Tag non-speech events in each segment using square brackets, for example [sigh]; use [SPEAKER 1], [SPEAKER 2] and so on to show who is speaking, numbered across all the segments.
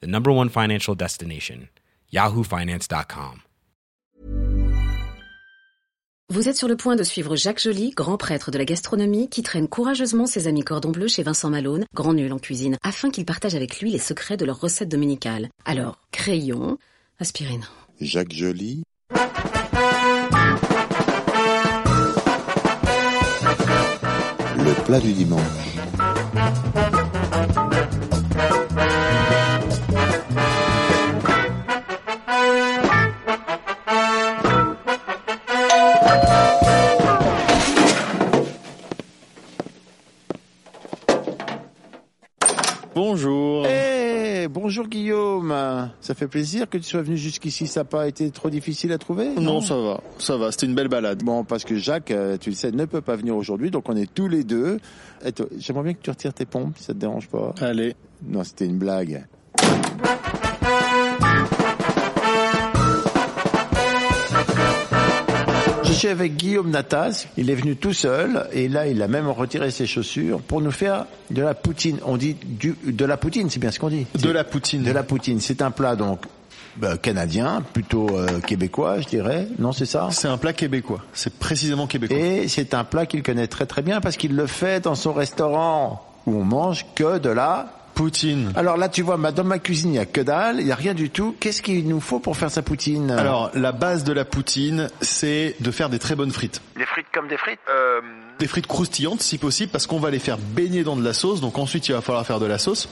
[SPEAKER 1] the number one financial destination, yahoofinance.com.
[SPEAKER 2] Vous êtes sur le point de suivre Jacques Joly, grand prêtre de la gastronomie, qui traîne courageusement ses amis cordon bleu chez Vincent Malone, grand nul en cuisine, afin qu'il partage avec lui les secrets de leurs recettes dominicales. Alors, crayon, aspirine.
[SPEAKER 3] Jacques Joly, le plat du dimanche.
[SPEAKER 4] Bonjour.
[SPEAKER 3] Eh, bonjour Guillaume. Ça fait plaisir que tu sois venu jusqu'ici. Ça n'a pas été trop difficile à trouver
[SPEAKER 4] Non, ça va, ça va, c'était une belle balade.
[SPEAKER 3] Bon, parce que Jacques, euh, tu le sais, ne peut pas venir aujourd'hui, donc on est tous les deux. Et toi, J'aimerais bien que tu retires tes pompes, si ça te dérange pas.
[SPEAKER 4] Allez,
[SPEAKER 3] Non, c'était une blague. Je suis avec Guillaume Natas. Il est venu tout seul et là, il a même retiré ses chaussures pour nous faire de la poutine. On dit du, de la poutine, c'est bien ce qu'on dit.
[SPEAKER 4] de la poutine.
[SPEAKER 3] De la poutine, c'est un plat donc bah, canadien, plutôt euh, québécois, je dirais. Non, c'est ça.
[SPEAKER 4] C'est un plat québécois. C'est précisément québécois.
[SPEAKER 3] Et c'est un plat qu'il connaît très très bien parce qu'il le fait dans son restaurant où on mange que de la.
[SPEAKER 4] Poutine.
[SPEAKER 3] Alors là, tu vois, ma- dans ma cuisine, il y a que dalle, il y a rien du tout. Qu'est-ce qu'il nous faut pour faire sa poutine
[SPEAKER 4] Ah. Alors, la base de la poutine, c'est de faire des très bonnes frites.
[SPEAKER 3] des frites comme des frites.
[SPEAKER 5] Euh,
[SPEAKER 4] Des frites croustillantes, si possible, parce qu'on va les faire baigner dans de la sauce. Donc ensuite, il va falloir faire de la sauce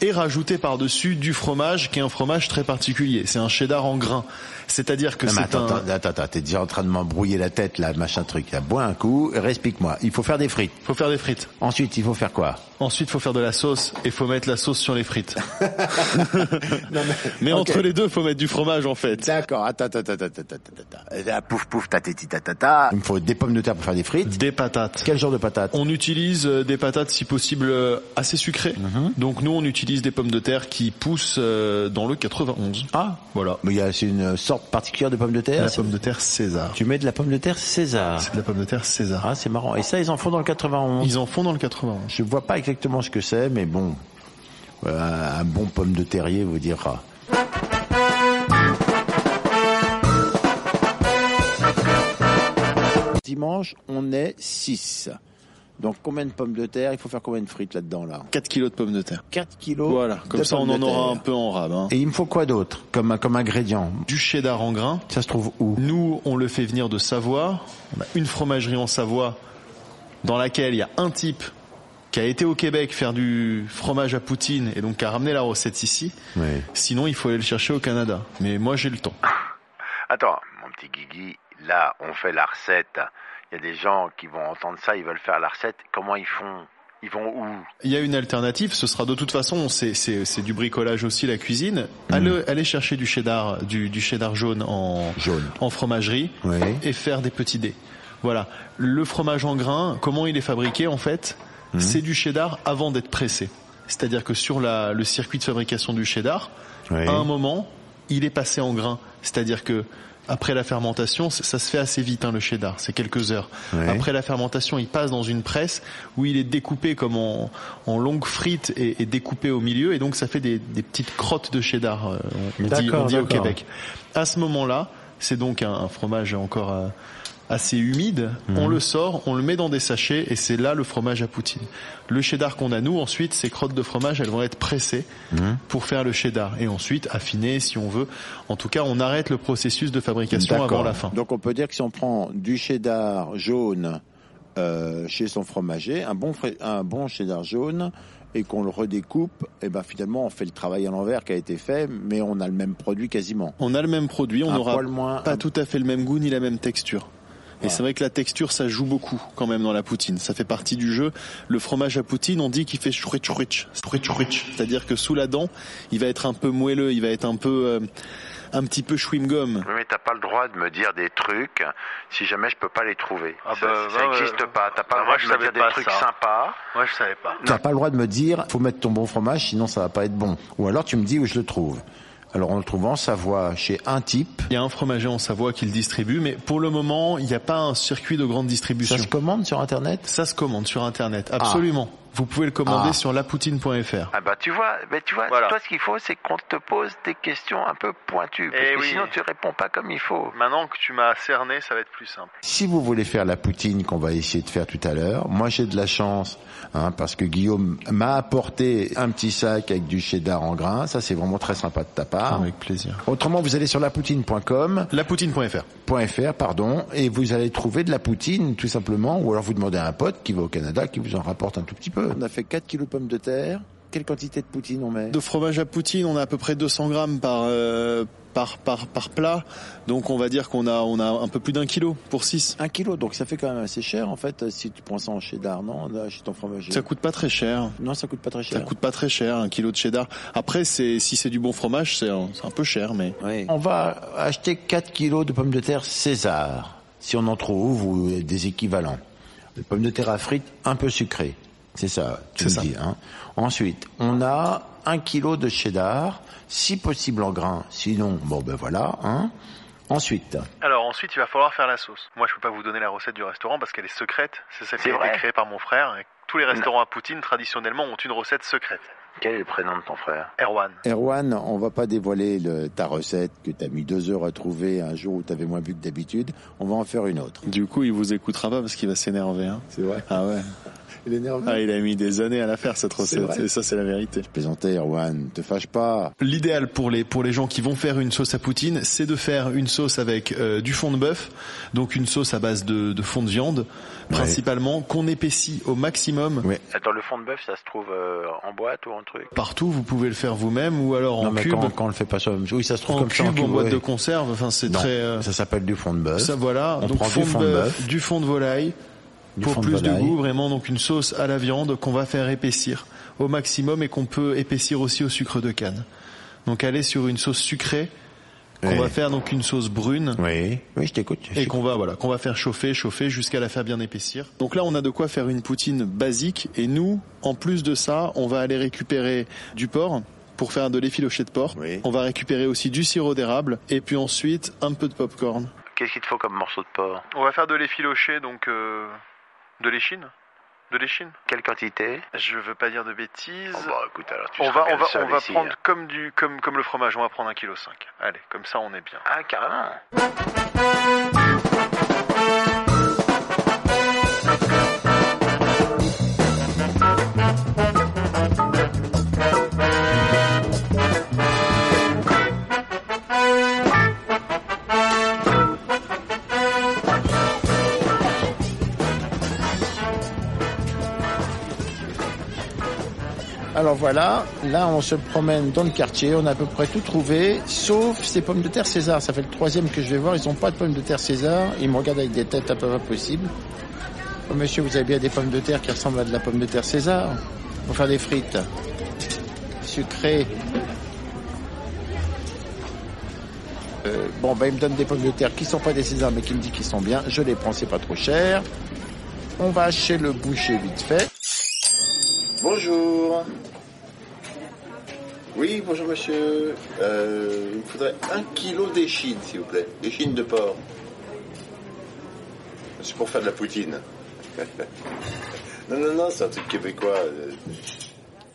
[SPEAKER 4] et rajouter par-dessus du fromage, qui est un fromage très particulier. C'est un cheddar en grains. C'est-à-dire que
[SPEAKER 3] Non, mais
[SPEAKER 4] c'est
[SPEAKER 3] attends,
[SPEAKER 4] un.
[SPEAKER 3] attends, attends, attends, t'es déjà en train de m'embrouiller la tête là, machin truc. Là. Bois un coup, explique-moi. Il faut faire des frites.
[SPEAKER 4] Faut faire des frites.
[SPEAKER 3] Ensuite, il faut faire quoi
[SPEAKER 4] Ensuite, faut faire de la sauce et faut mettre la sauce sur les [laughs] frites. [laughs] mais entre les deux, faut mettre du fromage en fait.
[SPEAKER 3] D'accord, attends, attends, attends, attends, attends, attends. Là, pouf, pouf, tatati, tatata. Il me faut des pommes de terre pour faire des frites.
[SPEAKER 4] Des patates.
[SPEAKER 3] Quel genre de patates
[SPEAKER 4] On utilise euh, des patates si possible euh, assez sucrées. Donc nous on utilise des pommes de terre qui poussent euh, dans le 91.
[SPEAKER 3] Ah,
[SPEAKER 4] Voilà.
[SPEAKER 3] mais il y a c'est une sorte particulière de pommes de terre.
[SPEAKER 4] La
[SPEAKER 3] c'est-
[SPEAKER 4] pomme de terre César.
[SPEAKER 3] Tu mets de la pomme de terre César.
[SPEAKER 4] C'est de la pomme de terre César.
[SPEAKER 3] Ah, c'est marrant. Et ça, ils en font dans le 91.
[SPEAKER 4] Ils en font dans le 91.
[SPEAKER 3] Je vois pas exactement ce que c'est, mais bon, Euh, un bon pomme de terrier vous dira. Dimanche, on est 6. Donc combien de pommes de terre Il faut faire combien de frites là-dedans là
[SPEAKER 4] 4 kilos de pommes de terre.
[SPEAKER 3] 4 kilos.
[SPEAKER 4] Voilà, comme
[SPEAKER 3] de
[SPEAKER 4] ça on
[SPEAKER 3] pommes
[SPEAKER 4] en
[SPEAKER 3] de
[SPEAKER 4] aura un
[SPEAKER 3] terre.
[SPEAKER 4] peu en rab. hein.
[SPEAKER 3] Et il me faut quoi d'autre comme, comme ingrédient
[SPEAKER 4] Du cheddar en grains.
[SPEAKER 3] Ça se trouve où
[SPEAKER 4] Nous, on le fait venir de Savoie. On a une fromagerie en Savoie dans laquelle il y a un type qui a été au Québec faire du fromage à poutine et donc qui a ramené la recette ici.
[SPEAKER 3] Oui.
[SPEAKER 4] Sinon, il faut aller le chercher au Canada. Mais moi, j'ai le temps.
[SPEAKER 6] Attends, mon petit Guigui, là, on fait la recette. Il y a des gens qui vont entendre ça, ils veulent faire la recette. Comment ils font Ils vont où
[SPEAKER 4] Il y a une alternative. Ce sera de toute façon, c'est, c'est, c'est du bricolage aussi la cuisine. Allez, allez chercher du cheddar, du, du cheddar jaune en
[SPEAKER 3] Mm. Jaune.
[SPEAKER 4] en fromagerie
[SPEAKER 3] Oui.
[SPEAKER 4] et faire des petits dés. Voilà. Le fromage en grains, comment il est fabriqué en fait C'est du cheddar avant d'être pressé. C'est-à-dire que sur la, le circuit de fabrication du cheddar,
[SPEAKER 3] Oui.
[SPEAKER 4] à un moment, il est passé en grains. C'est-à-dire que après la fermentation, c- ça se fait assez vite hein, le cheddar, c'est quelques heures.
[SPEAKER 3] Oui.
[SPEAKER 4] Après la fermentation, il passe dans une presse où il est découpé comme en, en longues frites et, et découpé au milieu, et donc ça fait des, des petites crottes de cheddar. euh, on- on dit-
[SPEAKER 3] D'accord,
[SPEAKER 4] on dit au
[SPEAKER 3] d'accord.
[SPEAKER 4] Québec. À ce moment-là, c'est donc un, un fromage encore euh, assez humide.
[SPEAKER 3] Mhm.
[SPEAKER 4] On le sort, on le met dans des sachets et c'est là le fromage à poutine. Le cheddar qu'on a nous, ensuite, ces crottes de fromage, elles vont être pressées pour faire le cheddar et ensuite affiner si on veut. En tout cas, on arrête le processus de fabrication
[SPEAKER 3] D'accord.
[SPEAKER 4] avant la fin.
[SPEAKER 3] Donc on peut dire que si on prend du cheddar jaune euh, chez son fromager, un bon, fra- un bon cheddar jaune, et qu'on le redécoupe, et ben finalement on fait le travail à l'envers qui a été fait, mais on a le même produit quasiment.
[SPEAKER 4] On a le même produit, on
[SPEAKER 3] un
[SPEAKER 4] n'aura
[SPEAKER 3] poil moins.
[SPEAKER 4] pas
[SPEAKER 3] un-
[SPEAKER 4] tout à fait le même goût ni la même texture. Et c'est vrai que la texture, ça joue beaucoup quand même dans la poutine. Ça fait partie du jeu. Le fromage à poutine, on dit qu'il fait chouich chouich, chouich chouich. C'est-à-dire que sous la dent, il va être un peu moelleux, il va être un peu, euh, un petit peu chewing gum.
[SPEAKER 6] Oui, mais t'as pas le droit de me dire des trucs si jamais je peux pas les trouver.
[SPEAKER 5] Ah
[SPEAKER 6] ça
[SPEAKER 5] bah,
[SPEAKER 6] ça
[SPEAKER 5] bah,
[SPEAKER 6] existe
[SPEAKER 5] ouais.
[SPEAKER 6] pas. T'as pas
[SPEAKER 5] Bah, moi,
[SPEAKER 6] le droit de
[SPEAKER 5] je
[SPEAKER 6] me
[SPEAKER 5] savais
[SPEAKER 6] dire des
[SPEAKER 5] pas
[SPEAKER 6] trucs
[SPEAKER 5] ça.
[SPEAKER 6] sympas.
[SPEAKER 5] Moi, je savais pas.
[SPEAKER 3] T'as pas le droit de me dire, faut mettre ton bon fromage, sinon ça va pas être bon. Ou alors tu me dis où je le trouve. Alors on le trouve en Savoie, chez un type.
[SPEAKER 4] Il y a un fromager en Savoie qui le distribue, mais pour le moment, il n'y a pas un circuit de grande distribution.
[SPEAKER 3] Ça se commande sur Internet
[SPEAKER 4] Ça se commande sur
[SPEAKER 5] Ah.
[SPEAKER 4] Internet, absolument. Vous pouvez le commander
[SPEAKER 3] Ah.
[SPEAKER 4] sur lapoutine.fr.
[SPEAKER 6] Ah bah tu vois, mais tu vois,
[SPEAKER 5] Voilà.
[SPEAKER 6] toi ce qu'il faut c'est qu'on te pose des questions un peu pointues, parce
[SPEAKER 5] Eh
[SPEAKER 6] que
[SPEAKER 5] oui.
[SPEAKER 6] sinon tu réponds pas comme il faut.
[SPEAKER 5] Maintenant que tu m'as cerné, ça va être plus simple.
[SPEAKER 3] Si vous voulez faire la poutine qu'on va essayer de faire tout à l'heure, moi j'ai de la chance, hein, parce que Guillaume m'a apporté un petit sac avec du cheddar en grains. Ça c'est vraiment très sympa de ta part.
[SPEAKER 4] Ah. Avec plaisir.
[SPEAKER 3] Autrement, vous allez sur lapoutine.com.
[SPEAKER 4] Lapoutine.fr.
[SPEAKER 3] .fr pardon et vous allez trouver de la poutine tout simplement ou alors vous demandez à un pote qui va au Canada qui vous en rapporte un tout petit peu. On a fait 4 kilos de pommes de terre. Quelle quantité de poutine on met
[SPEAKER 4] De fromage à poutine, on a à peu près 200 grammes par, euh, par, par, par plat. Donc on va dire qu'on a, on a un peu plus d'un kilo pour 6.
[SPEAKER 3] 1 kilo donc ça fait quand même assez cher en fait euh, si tu prends ça en cheddar non là, chez ton fromager.
[SPEAKER 4] Ça coûte pas très cher.
[SPEAKER 3] Non ça coûte pas très cher.
[SPEAKER 4] Ça coûte pas très cher, un kilo de cheddar. Après, c'est, si c'est du bon fromage, c'est un, c'est un peu cher, mais.
[SPEAKER 3] Oui. On va acheter 4 kilos de pommes de terre César si on en trouve ou des équivalents. Des pommes de terre à frites un peu sucrées. C'est ça, tu me
[SPEAKER 4] C'est ça.
[SPEAKER 3] dis. Hein. Ensuite, on a un kilo de cheddar, si possible en grains, sinon, bon ben voilà. Hein. Ensuite,
[SPEAKER 5] Alors ensuite, il va falloir faire la sauce. Moi, je peux pas vous donner la recette du restaurant parce qu'elle est secrète. C'est celle qui
[SPEAKER 6] C'est
[SPEAKER 5] a
[SPEAKER 6] vrai
[SPEAKER 5] été créée par mon frère. Et tous les restaurants à Poutine, traditionnellement, ont une recette secrète.
[SPEAKER 6] Quel est le prénom de ton frère
[SPEAKER 5] Erwan.
[SPEAKER 3] Erwan, on va pas dévoiler le- ta recette que t'as mis deux heures à trouver un jour où t'avais moins bu que d'habitude. On va en faire une autre.
[SPEAKER 4] Du coup, il vous écoutera pas parce qu'il va s'énerver, hein.
[SPEAKER 3] C'est vrai.
[SPEAKER 4] Ah ouais.
[SPEAKER 3] [laughs] Il est nerveux.
[SPEAKER 4] Ah, il a mis des années à la faire, cette recette.
[SPEAKER 3] vrai.
[SPEAKER 4] Et ça, c'est la vérité.
[SPEAKER 3] Plaisantais, Erwan, te fâche pas.
[SPEAKER 4] L'idéal pour les pour les gens qui vont faire une sauce à poutine, c'est de faire une sauce avec euh, du fond de bœuf, donc une sauce à base de, de fond de viande, principalement qu'on épaissit au maximum.
[SPEAKER 3] Oui.
[SPEAKER 6] Dans le fond de bœuf, ça se trouve euh, en boîte ou en truc
[SPEAKER 4] Partout, vous pouvez le faire vous-même ou alors
[SPEAKER 3] non
[SPEAKER 4] en
[SPEAKER 3] mais
[SPEAKER 4] cube,
[SPEAKER 3] quand, quand on le fait pas soi oui ça se trouve
[SPEAKER 4] en,
[SPEAKER 3] comme
[SPEAKER 4] cube,
[SPEAKER 3] ça
[SPEAKER 4] en boîte
[SPEAKER 3] ouais.
[SPEAKER 4] de conserve. Enfin, c'est
[SPEAKER 3] Non,
[SPEAKER 4] très euh,
[SPEAKER 3] ça s'appelle du front de bœuf.
[SPEAKER 4] ça voilà.
[SPEAKER 3] On
[SPEAKER 4] donc
[SPEAKER 3] prend du
[SPEAKER 4] fond de
[SPEAKER 3] fond de
[SPEAKER 4] bœuf,
[SPEAKER 3] bœuf,
[SPEAKER 4] du fond de volaille
[SPEAKER 3] du
[SPEAKER 4] pour
[SPEAKER 3] fond
[SPEAKER 4] plus de
[SPEAKER 3] volaille.
[SPEAKER 4] goût, vraiment donc une sauce à la viande qu'on va faire épaissir au maximum et qu'on peut épaissir aussi au sucre de canne. Donc aller sur une sauce sucrée qu'on
[SPEAKER 3] Ouais.
[SPEAKER 4] va faire donc une sauce brune.
[SPEAKER 3] Oui, oui, je t'écoute.
[SPEAKER 4] et qu'on va voilà qu'on va faire chauffer chauffer jusqu'à la faire bien épaissir. Donc là on a de quoi faire une poutine basique et nous en plus de ça on va aller récupérer du porc pour faire de l'effiloché de porc.
[SPEAKER 3] Oui.
[SPEAKER 4] On va récupérer aussi du sirop d'érable et puis ensuite un peu de popcorn.
[SPEAKER 6] Qu'est-ce qu'il te faut comme morceau de porc
[SPEAKER 5] On va faire de l'effiloché, donc euh, de l'échine. De l'échine.
[SPEAKER 6] Quelle quantité
[SPEAKER 5] Je veux pas dire de bêtises.
[SPEAKER 6] Oh, bah, écoute, alors, tu
[SPEAKER 5] on
[SPEAKER 6] seras
[SPEAKER 5] va
[SPEAKER 6] bien
[SPEAKER 5] on va
[SPEAKER 6] le seul
[SPEAKER 5] on va
[SPEAKER 6] ici,
[SPEAKER 5] prendre
[SPEAKER 6] hein.
[SPEAKER 5] comme du comme comme le fromage. On va prendre un kilo cinq. Allez, comme ça, on est bien.
[SPEAKER 6] Ah, carrément
[SPEAKER 3] Alors voilà, là on se promène dans le quartier, on a à peu près tout trouvé, sauf ces pommes de terre César. Ça fait le troisième que je vais voir, ils n'ont pas de pommes de terre César, ils me regardent avec des têtes un peu impossibles. Oh, monsieur, vous avez bien des pommes de terre qui ressemblent à de la pomme de terre César Pour faire des frites sucrées. Euh, bon, ben il me donne des pommes de terre qui sont pas des César, mais qui me dit qu'ils sont bien. Je les prends, c'est pas trop cher. On va chez le boucher vite fait. Bonjour.
[SPEAKER 7] Oui, bonjour monsieur. Euh, il me faudrait un kilo d'échine, s'il vous plaît. D'échine de porc. C'est pour faire de la poutine. [laughs] non, non, non, c'est un truc québécois. Euh,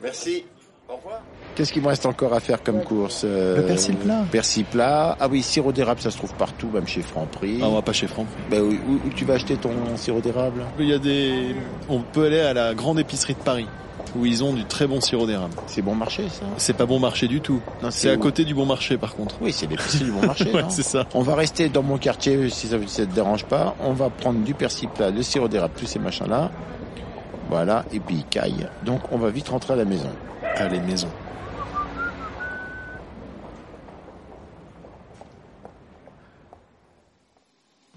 [SPEAKER 7] Merci. Au revoir.
[SPEAKER 3] Qu'est-ce qu'il me reste encore à faire comme course euh,
[SPEAKER 4] Le persil plat.
[SPEAKER 3] Persil plat. Ah oui, sirop d'érable, ça se trouve partout, même chez Franprix.
[SPEAKER 4] Ah, on va pas chez Franck.
[SPEAKER 3] Ben oui, où, où tu vas acheter ton sirop d'érable
[SPEAKER 4] Il y a des on peut aller à la grande épicerie de Paris où ils ont du très bon sirop d'érable.
[SPEAKER 3] C'est bon marché, ça
[SPEAKER 4] C'est pas bon marché du tout.
[SPEAKER 3] Non,
[SPEAKER 4] C'est à
[SPEAKER 3] où
[SPEAKER 4] côté du bon marché par contre.
[SPEAKER 3] Oui,
[SPEAKER 4] [laughs]
[SPEAKER 3] c'est l'épicerie du bon marché.
[SPEAKER 4] Ouais,
[SPEAKER 3] non
[SPEAKER 4] c'est ça.
[SPEAKER 3] on va rester dans mon quartier, si ça ne te dérange pas. On va prendre du persil plat, le sirop d'érable, tous ces machins-là. Voilà, et puis caille. Donc on va vite rentrer à la maison.
[SPEAKER 4] Allez maison.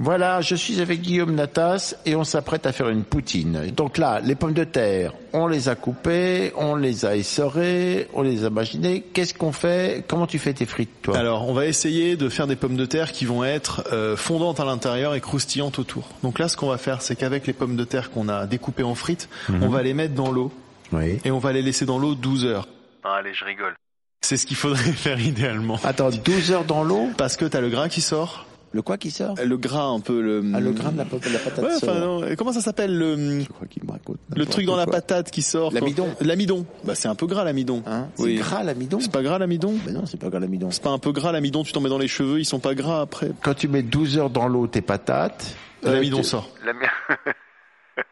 [SPEAKER 3] Voilà, je suis avec Guillaume Natas et on s'apprête à faire une poutine. Donc là, les pommes de terre, on les a coupées, on les a essorées, on les a maginées. Qu'est-ce qu'on fait Comment tu fais tes frites, toi
[SPEAKER 4] Alors, on va essayer de faire des pommes de terre qui vont être euh, fondantes à l'intérieur et croustillantes autour. Donc là, ce qu'on va faire, c'est qu'avec les pommes de terre qu'on a découpées en frites, on va les mettre dans l'eau
[SPEAKER 3] Oui.
[SPEAKER 4] et on va les laisser dans l'eau 12 heures.
[SPEAKER 5] Ah, allez, je rigole.
[SPEAKER 4] C'est ce qu'il faudrait [laughs] faire idéalement.
[SPEAKER 3] Attends, 12 heures dans l'eau
[SPEAKER 4] Parce que t'as le gras qui sort,
[SPEAKER 3] Le quoi qui sort
[SPEAKER 4] le gras un peu le.
[SPEAKER 3] Ah, le grain de la, pa- de la patate
[SPEAKER 4] Ouais,
[SPEAKER 3] sort.
[SPEAKER 4] enfin non. Et Comment ça s'appelle le
[SPEAKER 3] Je crois qu'il me raconte
[SPEAKER 4] le
[SPEAKER 3] n'importe
[SPEAKER 4] truc dans la
[SPEAKER 3] quoi.
[SPEAKER 4] patate qui sort quand-
[SPEAKER 3] L'amidon.
[SPEAKER 4] L'amidon. Bah c'est un peu gras l'amidon.
[SPEAKER 3] Hein
[SPEAKER 4] Oui.
[SPEAKER 3] C'est gras l'amidon
[SPEAKER 4] C'est pas gras l'amidon
[SPEAKER 3] Mais non, c'est pas gras l'amidon.
[SPEAKER 4] C'est pas un peu gras l'amidon Tu t'en mets dans les cheveux, ils sont pas gras après.
[SPEAKER 3] Quand tu mets 12 heures dans l'eau tes patates, euh,
[SPEAKER 4] L'amidon
[SPEAKER 3] tu-
[SPEAKER 4] sort.
[SPEAKER 6] La mi-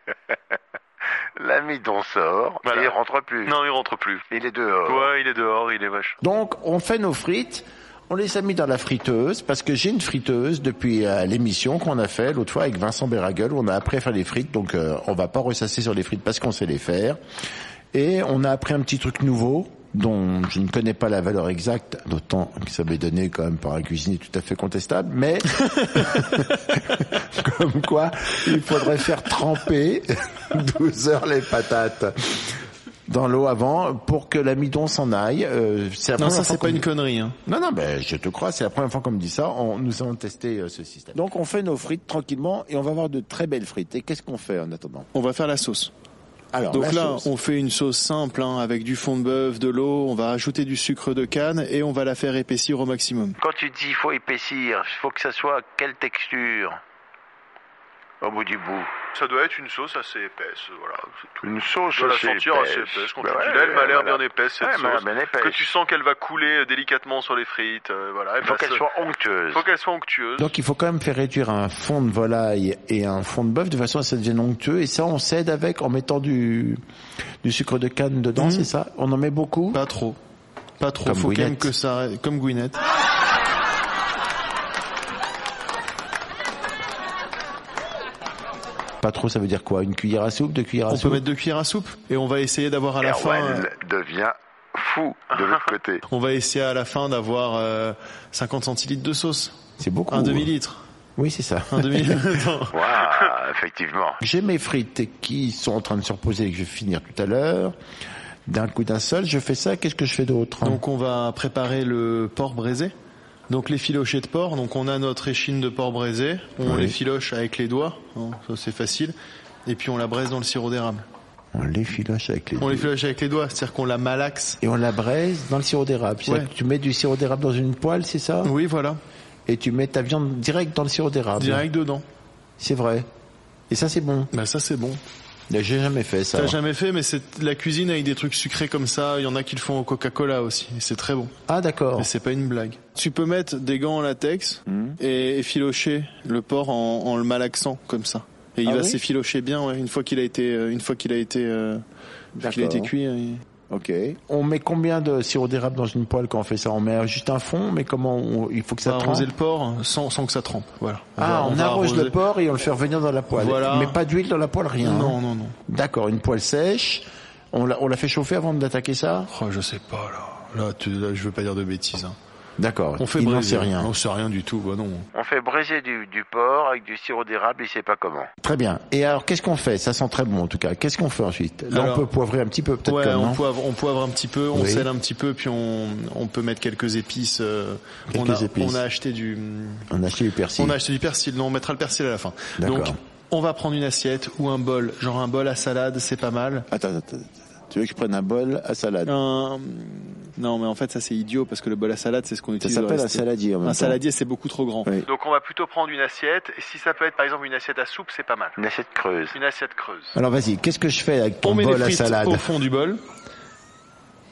[SPEAKER 6] L'amidon sort
[SPEAKER 5] Voilà.
[SPEAKER 6] et il rentre plus.
[SPEAKER 5] Non, il rentre plus.
[SPEAKER 6] Il est dehors.
[SPEAKER 5] Ouais, il est dehors, il est vache.
[SPEAKER 3] Donc, on fait nos frites. On les a mis dans la friteuse parce que j'ai une friteuse depuis euh, l'émission qu'on a fait l'autre fois avec Vincent Béragueul. On a appris à faire les frites, donc euh, on va pas ressasser sur les frites parce qu'on sait les faire. Et on a appris un petit truc nouveau dont je ne connais pas la valeur exacte, d'autant que ça m'est donné quand même par un cuisinier tout à fait contestable,
[SPEAKER 4] [laughs]
[SPEAKER 3] mais [laughs] comme quoi il faudrait faire tremper [laughs] 12 heures les patates dans l'eau avant pour que l'amidon s'en aille. Euh, c'est la
[SPEAKER 4] Non,
[SPEAKER 3] première fois
[SPEAKER 4] ça c'est
[SPEAKER 3] qu'on
[SPEAKER 4] pas une connerie. Hein.
[SPEAKER 3] non, non, ben, je te crois, c'est la première fois qu'on me dit ça. On, nous allons tester euh, ce système. Donc, on fait nos frites tranquillement et on va avoir de très belles frites. Et qu'est-ce qu'on fait en attendant
[SPEAKER 4] On va faire la sauce.
[SPEAKER 3] Alors,
[SPEAKER 4] Donc
[SPEAKER 3] la
[SPEAKER 4] là,
[SPEAKER 3] sauce.
[SPEAKER 4] on fait une sauce simple hein, avec du fond de bœuf, de l'eau. On va ajouter du sucre de canne et on va la faire épaissir au maximum.
[SPEAKER 6] Quand tu dis faut épaissir, il faut que ça soit quelle texture Au bout du bout.
[SPEAKER 5] Ça doit être une sauce assez épaisse, voilà. c'est tout.
[SPEAKER 6] Une sauce
[SPEAKER 5] Je dois la sentir assez épaisse. Quand
[SPEAKER 6] Bah
[SPEAKER 5] tu
[SPEAKER 6] ouais,
[SPEAKER 5] dis là, elle m'a l'air
[SPEAKER 6] voilà.
[SPEAKER 5] bien épaisse cette
[SPEAKER 6] Ouais, elle m'a l'air
[SPEAKER 5] sauce.
[SPEAKER 6] bien épaisse.
[SPEAKER 5] Que tu sens qu'elle va couler euh, délicatement sur les frites, euh, voilà.
[SPEAKER 6] Il faut qu'elle soit onctueuse.
[SPEAKER 5] Faut qu'elle soit onctueuse.
[SPEAKER 3] Donc, il faut quand même faire réduire un fond de volaille et un fond de bœuf de façon à ce que ça devienne onctueux. Et ça, on s'aide avec en mettant du, du sucre de canne dedans,
[SPEAKER 4] Mhm.
[SPEAKER 3] c'est ça On en met beaucoup
[SPEAKER 4] Pas trop. Pas trop.
[SPEAKER 3] Comme
[SPEAKER 4] Faut quand même
[SPEAKER 3] Gwyneth. Ah,
[SPEAKER 4] que ça, comme Gwyneth.
[SPEAKER 3] Pas trop, ça veut dire quoi Une cuillère à soupe, deux cuillères à
[SPEAKER 4] On peut
[SPEAKER 3] soupe
[SPEAKER 4] mettre deux cuillères à soupe et on va essayer d'avoir à la fin. euh,
[SPEAKER 6] Erwan devient fou de
[SPEAKER 5] [laughs]
[SPEAKER 6] l'autre côté.
[SPEAKER 4] On va essayer à la fin d'avoir euh, 50 centilitres de sauce.
[SPEAKER 3] C'est beaucoup.
[SPEAKER 4] Un demi-litre.
[SPEAKER 3] Oui, c'est ça.
[SPEAKER 4] Un [laughs] demi-litre.
[SPEAKER 6] Waouh, [laughs] effectivement.
[SPEAKER 3] J'ai mes frites qui sont en train de se reposer et que je vais finir tout à l'heure. D'un coup d'un seul, je fais ça. Qu'est-ce que je fais d'autre
[SPEAKER 4] donc on va préparer le porc braisé. Donc les filochets de porc. Donc on a notre échine de porc braisé. On
[SPEAKER 3] Oui.
[SPEAKER 4] les filoche avec les doigts. hein, ça c'est facile. Et puis on la braise dans le sirop d'érable.
[SPEAKER 3] On les filoche avec les
[SPEAKER 4] On les
[SPEAKER 3] doigts.
[SPEAKER 4] filoche avec les doigts, c'est-à-dire qu'on la malaxe.
[SPEAKER 3] Et on la braise dans le sirop d'érable. C'est-à-dire
[SPEAKER 4] Ouais.
[SPEAKER 3] que Tu mets du sirop d'érable dans une poêle, c'est ça
[SPEAKER 4] Oui, voilà.
[SPEAKER 3] Et tu mets ta viande direct dans le sirop d'érable.
[SPEAKER 4] Direct dedans.
[SPEAKER 3] C'est vrai. Et ça, c'est bon.
[SPEAKER 4] Bah ça c'est bon.
[SPEAKER 3] Mais J'ai jamais fait ça.
[SPEAKER 4] T'as jamais fait, mais c'est la cuisine avec des trucs sucrés comme ça. Il y en a qui le font au Coca-Cola aussi. Et c'est très bon.
[SPEAKER 3] Ah, d'accord.
[SPEAKER 4] Mais c'est pas une blague. Hmm. Tu peux mettre des gants en latex et effilocher le porc en, en le malaxant comme ça. Et il
[SPEAKER 3] Ah
[SPEAKER 4] va
[SPEAKER 3] oui
[SPEAKER 4] s'effilocher bien ouais, une fois qu'il a été euh, une fois qu'il a été euh, une fois qu'il a été
[SPEAKER 3] D'accord.
[SPEAKER 4] cuit. euh, il-
[SPEAKER 3] Ok. On met combien de sirop d'érable dans une poêle quand on fait ça On met juste un fond, mais comment on- Il faut que
[SPEAKER 4] on
[SPEAKER 3] ça
[SPEAKER 4] va
[SPEAKER 3] trempe.
[SPEAKER 4] arroser le porc sans, sans que ça trempe. Voilà.
[SPEAKER 3] Ah,
[SPEAKER 4] va-
[SPEAKER 3] on,
[SPEAKER 4] va
[SPEAKER 3] arrose
[SPEAKER 4] arroser.
[SPEAKER 3] le porc et on le fait revenir dans la poêle.
[SPEAKER 4] Voilà.
[SPEAKER 3] Mais pas d'huile dans la poêle, rien.
[SPEAKER 4] Non non non.
[SPEAKER 3] D'accord, une poêle sèche. On la, on la fait chauffer avant d'attaquer ça
[SPEAKER 4] Oh, je sais pas là. Là, tu, là je veux pas dire de bêtises. hein.
[SPEAKER 3] D'accord.
[SPEAKER 4] On fait hein.
[SPEAKER 3] Il n'en
[SPEAKER 4] braiser.
[SPEAKER 3] sait rien.
[SPEAKER 4] On sait rien du tout. Bah non.
[SPEAKER 6] On fait braiser du, du porc avec du sirop d'érable, il sait pas comment.
[SPEAKER 3] Très bien. Et alors, qu'est-ce qu'on fait Ça sent très bon, en tout cas. Qu'est-ce qu'on fait ensuite Là,
[SPEAKER 4] Alors-
[SPEAKER 3] on peut poivrer un petit peu, peut-être
[SPEAKER 4] Ouais,
[SPEAKER 3] quand même,
[SPEAKER 4] on
[SPEAKER 3] non
[SPEAKER 4] poivre, on poivre un petit peu, on
[SPEAKER 3] Oui.
[SPEAKER 4] sèle un petit peu, puis on, on peut mettre quelques épices. euh,
[SPEAKER 3] Quelques
[SPEAKER 4] on a,
[SPEAKER 3] épices.
[SPEAKER 4] On a acheté du,
[SPEAKER 3] On achète du persil.
[SPEAKER 4] On a acheté du persil, non, on mettra le persil à la fin.
[SPEAKER 3] D'accord.
[SPEAKER 4] Donc, on va prendre une assiette ou un bol, genre un bol à salade, c'est pas mal.
[SPEAKER 3] Attends, attends, attends. Tu veux que je prenne un bol à salade
[SPEAKER 4] Un- Non, mais en fait, ça c'est idiot parce que le bol à salade, c'est ce qu'on
[SPEAKER 3] Ça
[SPEAKER 4] utilise.
[SPEAKER 3] s'appelle
[SPEAKER 4] dans
[SPEAKER 3] un
[SPEAKER 4] les-
[SPEAKER 3] saladier en même
[SPEAKER 4] Un
[SPEAKER 3] temps.
[SPEAKER 4] saladier, c'est beaucoup trop grand.
[SPEAKER 3] Oui.
[SPEAKER 5] Donc on va plutôt prendre une assiette. Et si ça peut être par exemple une assiette à soupe, c'est pas mal.
[SPEAKER 6] Une assiette creuse.
[SPEAKER 5] Une assiette creuse.
[SPEAKER 3] Alors, vas-y, qu'est-ce que je fais avec ton
[SPEAKER 4] On met
[SPEAKER 3] bol
[SPEAKER 4] les
[SPEAKER 3] à
[SPEAKER 4] frites
[SPEAKER 3] salade
[SPEAKER 4] au fond du bol.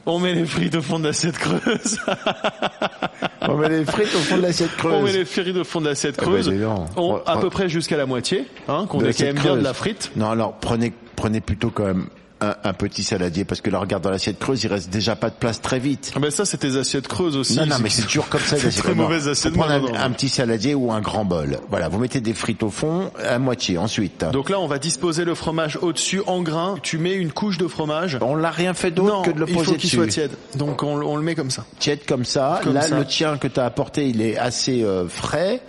[SPEAKER 4] On met les frites au fond de l'assiette creuse. [laughs]
[SPEAKER 3] On met les frites au fond de l'assiette creuse.
[SPEAKER 4] on met les frites au fond de l'assiette
[SPEAKER 3] Ah bah,
[SPEAKER 4] creuse.
[SPEAKER 3] dis donc.
[SPEAKER 4] On- à
[SPEAKER 3] On-
[SPEAKER 4] peu près jusqu'à la moitié, hein, qu'on
[SPEAKER 3] De
[SPEAKER 4] ait quand même
[SPEAKER 3] l'assiette
[SPEAKER 4] bien de
[SPEAKER 3] creuse.
[SPEAKER 4] la frite.
[SPEAKER 3] Non, alors, prenez, prenez plutôt quand même un, un petit saladier, parce que là, regarde, dans l'assiette creuse, il reste déjà pas de place très vite.
[SPEAKER 4] Ah bah ça, c'était des assiettes creuses aussi.
[SPEAKER 3] Non, non, mais c'est toujours comme ça. les
[SPEAKER 4] C'est
[SPEAKER 3] assiettes.
[SPEAKER 4] très
[SPEAKER 3] Non,
[SPEAKER 4] mauvaise assiette.
[SPEAKER 3] Faut prendre
[SPEAKER 4] non, non, non.
[SPEAKER 3] un, un petit saladier ou un grand bol. Voilà, vous mettez des frites au fond, à moitié. Ensuite,
[SPEAKER 4] Donc là, on va disposer le fromage au-dessus en grains. Tu mets une couche de fromage.
[SPEAKER 3] on l'a rien fait
[SPEAKER 4] Non,
[SPEAKER 3] d'autre que de le
[SPEAKER 4] il faut
[SPEAKER 3] poser
[SPEAKER 4] qu'il
[SPEAKER 3] dessus.
[SPEAKER 4] soit tiède. Donc on, le- on le met comme ça.
[SPEAKER 3] Tiède comme ça.
[SPEAKER 4] Comme
[SPEAKER 3] Là,
[SPEAKER 4] ça.
[SPEAKER 3] le tien que t'as apporté, il est assez euh, frais.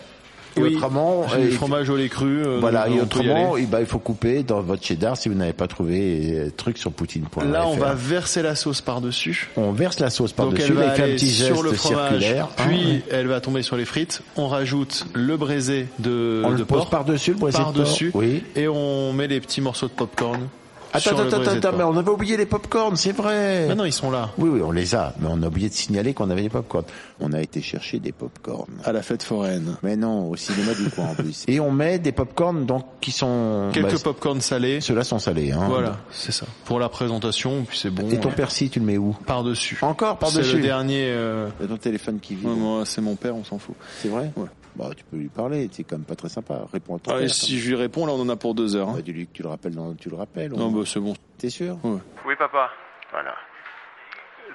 [SPEAKER 3] Et
[SPEAKER 4] Oui, Ah,
[SPEAKER 3] autrement,
[SPEAKER 4] j'ai
[SPEAKER 3] euh,
[SPEAKER 4] du fromage au lait cru. euh,
[SPEAKER 3] voilà,
[SPEAKER 4] donc
[SPEAKER 3] et
[SPEAKER 4] on peut y
[SPEAKER 3] autrement,
[SPEAKER 4] aller.
[SPEAKER 3] eh ben, il faut couper dans votre cheddar si vous n'avez pas trouvé euh, truc sur poutine.fr.
[SPEAKER 4] Là, on va verser la sauce par-dessus.
[SPEAKER 3] on verse la sauce
[SPEAKER 4] Donc
[SPEAKER 3] par-dessus,
[SPEAKER 4] elle
[SPEAKER 3] elle
[SPEAKER 4] va
[SPEAKER 3] fait un
[SPEAKER 4] aller
[SPEAKER 3] petit geste
[SPEAKER 4] sur le fromage,
[SPEAKER 3] circulaire. hein,
[SPEAKER 4] puis
[SPEAKER 3] ouais.
[SPEAKER 4] elle va tomber sur les frites. On rajoute le braisé de,
[SPEAKER 3] on
[SPEAKER 4] de
[SPEAKER 3] le pose
[SPEAKER 4] porc
[SPEAKER 3] par-dessus, le braisé de porc
[SPEAKER 4] par-dessus,
[SPEAKER 3] Oui.
[SPEAKER 4] et on met les petits morceaux de popcorn.
[SPEAKER 3] Attends,
[SPEAKER 4] sur le
[SPEAKER 3] attends,
[SPEAKER 4] braisé de
[SPEAKER 3] attends,
[SPEAKER 4] porc.
[SPEAKER 3] mais on avait oublié les popcorns, c'est vrai.
[SPEAKER 4] Mais non, ils sont là.
[SPEAKER 3] Ah Oui, oui, on les a, mais on a oublié de signaler qu'on avait des popcorns. On a été chercher des popcorns.
[SPEAKER 8] à la fête foraine.
[SPEAKER 3] Mais non, au cinéma du coin en plus. Et on met des popcorns donc qui sont
[SPEAKER 4] Quelques
[SPEAKER 3] bah,
[SPEAKER 4] popcorn salés.
[SPEAKER 3] Ceux-là sont salés. Hein.
[SPEAKER 4] Voilà, c'est ça. Pour la présentation, puis c'est bon.
[SPEAKER 3] Et ton
[SPEAKER 4] euh,
[SPEAKER 3] persil, tu le mets où
[SPEAKER 4] Ah, par-dessus.
[SPEAKER 3] Encore
[SPEAKER 4] C'est le
[SPEAKER 3] par-dessus.
[SPEAKER 4] dernier. euh,
[SPEAKER 3] Il y a ton téléphone qui vibre.
[SPEAKER 8] Ouais, moi, c'est mon père, on s'en fout.
[SPEAKER 3] C'est vrai
[SPEAKER 8] Ouais.
[SPEAKER 3] Bah, tu peux lui parler, c'est quand même pas très sympa. Réponds à ton
[SPEAKER 8] Ah, et
[SPEAKER 3] père.
[SPEAKER 8] si je lui réponds, là, on en a pour deux heures.
[SPEAKER 3] Bah,
[SPEAKER 8] hein.
[SPEAKER 3] dis-lui que tu le rappelles, dans- tu le rappelles.
[SPEAKER 8] Non,
[SPEAKER 3] on-
[SPEAKER 8] bah, c'est bon.
[SPEAKER 3] T'es sûr
[SPEAKER 5] Oui, papa.
[SPEAKER 6] Voilà.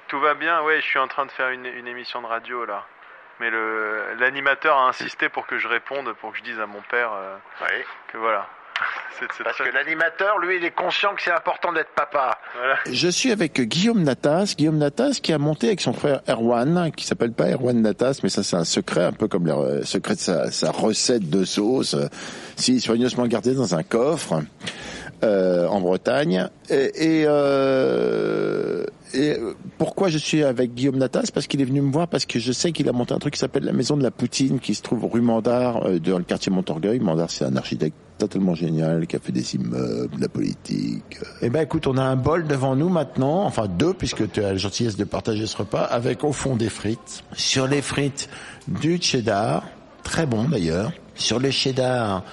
[SPEAKER 5] Tout va bien, ouais, je suis en train de faire une, une émission de radio là. Mais le l'animateur a insisté pour que je réponde, pour que je dise à mon père euh,
[SPEAKER 6] Oui.
[SPEAKER 5] que voilà. C'est- c'est
[SPEAKER 6] Parce que
[SPEAKER 5] très-
[SPEAKER 6] l'animateur, lui, il est conscient que c'est important d'être papa.
[SPEAKER 5] voilà.
[SPEAKER 3] Je suis avec Guillaume Natas. Guillaume Natas qui a monté avec son frère Erwan, qui s'appelle pas Erwan Natas, mais ça c'est un secret, un peu comme le euh, secret de sa, sa recette de sauce, euh, si soigneusement gardée dans un coffre euh, en Bretagne. Et, et, euh, et, euh, pourquoi je suis avec Guillaume Natas Parce qu'il est venu me voir, parce que je sais qu'il a monté un truc qui s'appelle la Maison de la Poutine, qui se trouve rue Mandar, euh, dans le quartier Montorgueil. Mandar, c'est un architecte totalement génial, qui a fait des immeubles, de la politique. Eh ben écoute, on a un bol devant nous maintenant, enfin deux, puisque tu as la gentillesse de partager ce repas, avec au fond des frites. Sur les frites, du cheddar, très bon d'ailleurs. Sur le cheddar,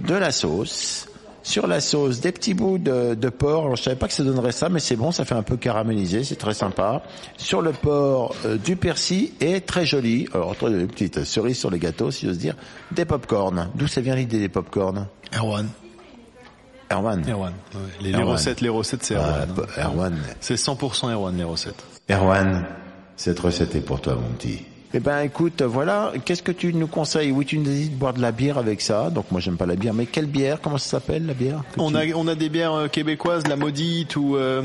[SPEAKER 3] de la sauce. Sur la sauce, des petits bouts de, de porc. Alors, je savais pas que ça donnerait ça, mais c'est bon, ça fait un peu caramélisé, c'est très sympa. Sur le porc, euh, du persil et très joli. Alors, très joli, petite cerise sur les gâteaux, si j'ose dire. Des popcorn. D'où ça vient l'idée des popcorn
[SPEAKER 4] Erwan.
[SPEAKER 3] Erwan.
[SPEAKER 4] Erwan. ouais. Les, les
[SPEAKER 3] Erwan.
[SPEAKER 4] recettes, les recettes, c'est
[SPEAKER 3] Ah,
[SPEAKER 4] Erwan. hein.
[SPEAKER 3] po- Erwan.
[SPEAKER 4] C'est 100% Erwan les recettes.
[SPEAKER 3] Erwan, cette recette est pour toi, mon petit. Eh ben, écoute, voilà. Qu'est-ce que tu nous conseilles Oui, tu nous dis de boire de la bière avec ça. Donc, moi, j'aime pas la bière. Mais quelle bière Comment ça s'appelle, la bière que
[SPEAKER 4] On
[SPEAKER 3] tu-
[SPEAKER 4] a on a des bières euh, québécoises, la maudite ou euh,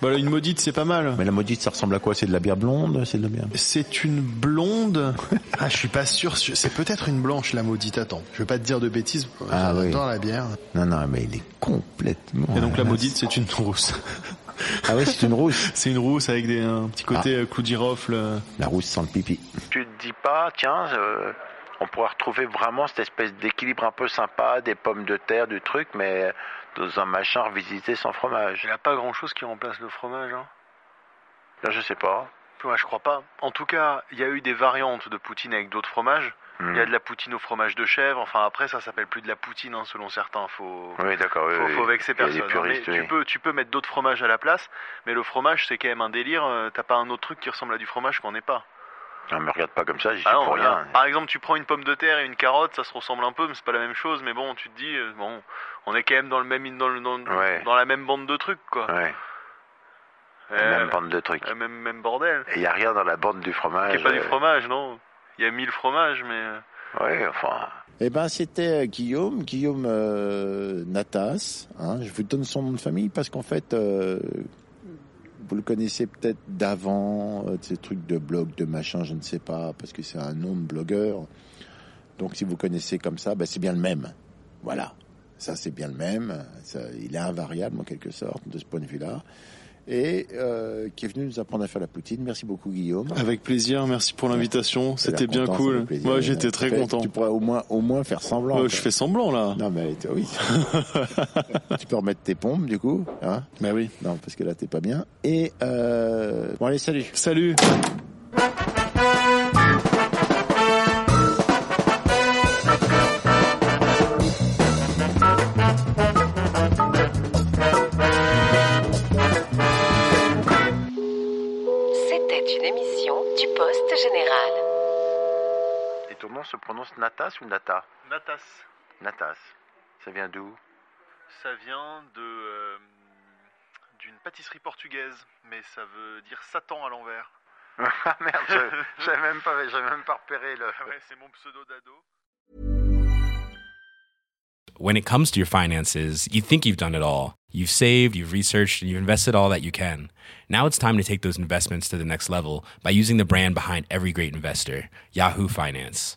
[SPEAKER 4] voilà une maudite, c'est pas mal.
[SPEAKER 3] Mais la maudite, ça ressemble à quoi C'est de la bière blonde C'est de la bière
[SPEAKER 4] C'est une blonde. [laughs] Ah, je suis pas sûr. C'est peut-être une blanche, la maudite. Attends, je veux pas te dire de bêtises.
[SPEAKER 3] Ah, oui.
[SPEAKER 4] J'adore la bière.
[SPEAKER 3] Non, non, mais il est complètement...
[SPEAKER 4] Et donc la maudite, c'est une rousse.
[SPEAKER 3] Ah oui, c'est une rousse.
[SPEAKER 4] [laughs] C'est une rousse avec des, un petit côté euh, clou de girofle. euh.
[SPEAKER 3] La rousse sans le pipi.
[SPEAKER 6] Tu te dis pas, tiens, euh, on pourrait retrouver vraiment cette espèce d'équilibre un peu sympa, des pommes de terre, du truc, mais dans un machin revisité sans fromage.
[SPEAKER 5] Il n'y a pas grand chose qui remplace le fromage. Hein.
[SPEAKER 6] Là, je sais pas.
[SPEAKER 5] Ouais, je crois pas. En tout cas, il y a eu des variantes de poutine avec d'autres fromages. Il
[SPEAKER 6] Hmm.
[SPEAKER 5] y a de la poutine au fromage de chèvre. Enfin, après, ça s'appelle plus de la poutine, hein, selon certains. Faut,
[SPEAKER 6] Oui, d'accord. Oui,
[SPEAKER 5] faut,
[SPEAKER 6] oui.
[SPEAKER 5] faut vexer
[SPEAKER 6] Il y a des
[SPEAKER 5] personne. hein.
[SPEAKER 6] puristes,
[SPEAKER 5] Mais
[SPEAKER 6] oui.
[SPEAKER 5] tu, peux, tu peux mettre d'autres fromages à la place, mais le fromage, c'est quand même un délire. euh, T'as pas un autre truc qui ressemble à du fromage qu'on n'ait pas.
[SPEAKER 6] Non, me regarde pas comme ça, j'y suis
[SPEAKER 5] Ah non,
[SPEAKER 6] pour
[SPEAKER 5] regarde.
[SPEAKER 6] rien.
[SPEAKER 5] Par exemple, tu prends une pomme de terre et une carotte, ça se ressemble un peu, mais c'est pas la même chose. Mais bon, tu te dis, euh, bon, on est quand même dans le même dans, le- dans,
[SPEAKER 6] Ouais.
[SPEAKER 5] dans la même bande de trucs, quoi.
[SPEAKER 6] Ouais,
[SPEAKER 5] Euh,
[SPEAKER 6] même bande de trucs.
[SPEAKER 5] euh, même, même bordel.
[SPEAKER 6] Et il a rien dans la bande du
[SPEAKER 3] Ah,
[SPEAKER 6] fromage.
[SPEAKER 5] Qui est pas du
[SPEAKER 6] euh,
[SPEAKER 5] fromage, non Il y a mille fromages, mais. euh,
[SPEAKER 6] Ouais, enfin.
[SPEAKER 3] Eh ben, c'était euh, Guillaume, Guillaume euh, Natas. hein. je vous donne son nom de famille parce qu'en fait, euh, vous le connaissez peut-être d'avant, euh, de ces trucs de blog, de machin, je ne sais pas, parce que c'est un nom de blogueur. Donc, si vous connaissez comme ça, ben, c'est bien le même. Voilà. Ça, c'est bien le même. Ça, il est invariable, en quelque sorte, de ce point de vue-là. Et euh, qui est venu nous apprendre à faire la poutine. Merci beaucoup, Guillaume.
[SPEAKER 8] Avec plaisir, merci pour l'invitation.
[SPEAKER 3] Ça a l'air
[SPEAKER 8] Ah, C'était bien
[SPEAKER 3] content, ça fait
[SPEAKER 8] cool.
[SPEAKER 3] plaisir.
[SPEAKER 8] Moi, j'étais très
[SPEAKER 3] Tu fais-
[SPEAKER 8] content.
[SPEAKER 3] Tu pourrais au moins, au moins faire semblant.
[SPEAKER 8] Ouais,
[SPEAKER 3] quoi.
[SPEAKER 8] je fais semblant, là.
[SPEAKER 3] Non, mais t- oui. tu peux remettre tes pompes, du coup. Hein
[SPEAKER 8] Bah oui.
[SPEAKER 3] non, parce que là, t'es pas bien. Et, euh... Bon, allez, salut.
[SPEAKER 8] Salut
[SPEAKER 9] C'était une émission du Poste Général.
[SPEAKER 6] Et ton nom se prononce Natas ou Nata
[SPEAKER 5] Natas,
[SPEAKER 6] Natas. Ça vient d'où
[SPEAKER 5] ça vient de euh, d'une pâtisserie portugaise, mais ça veut dire Satan à l'envers.
[SPEAKER 6] [laughs] Ah merde,
[SPEAKER 5] [laughs]
[SPEAKER 6] je- j'avais même pas, j'avais même pas repéré le.
[SPEAKER 5] Ouais, c'est mon pseudo d'ado.
[SPEAKER 1] when it comes to your finances, you think you've done it all. You've saved, you've researched, and you've invested all that you can. Now it's time to take those investments to the next level by using the brand behind every great investor, Yahoo Finance.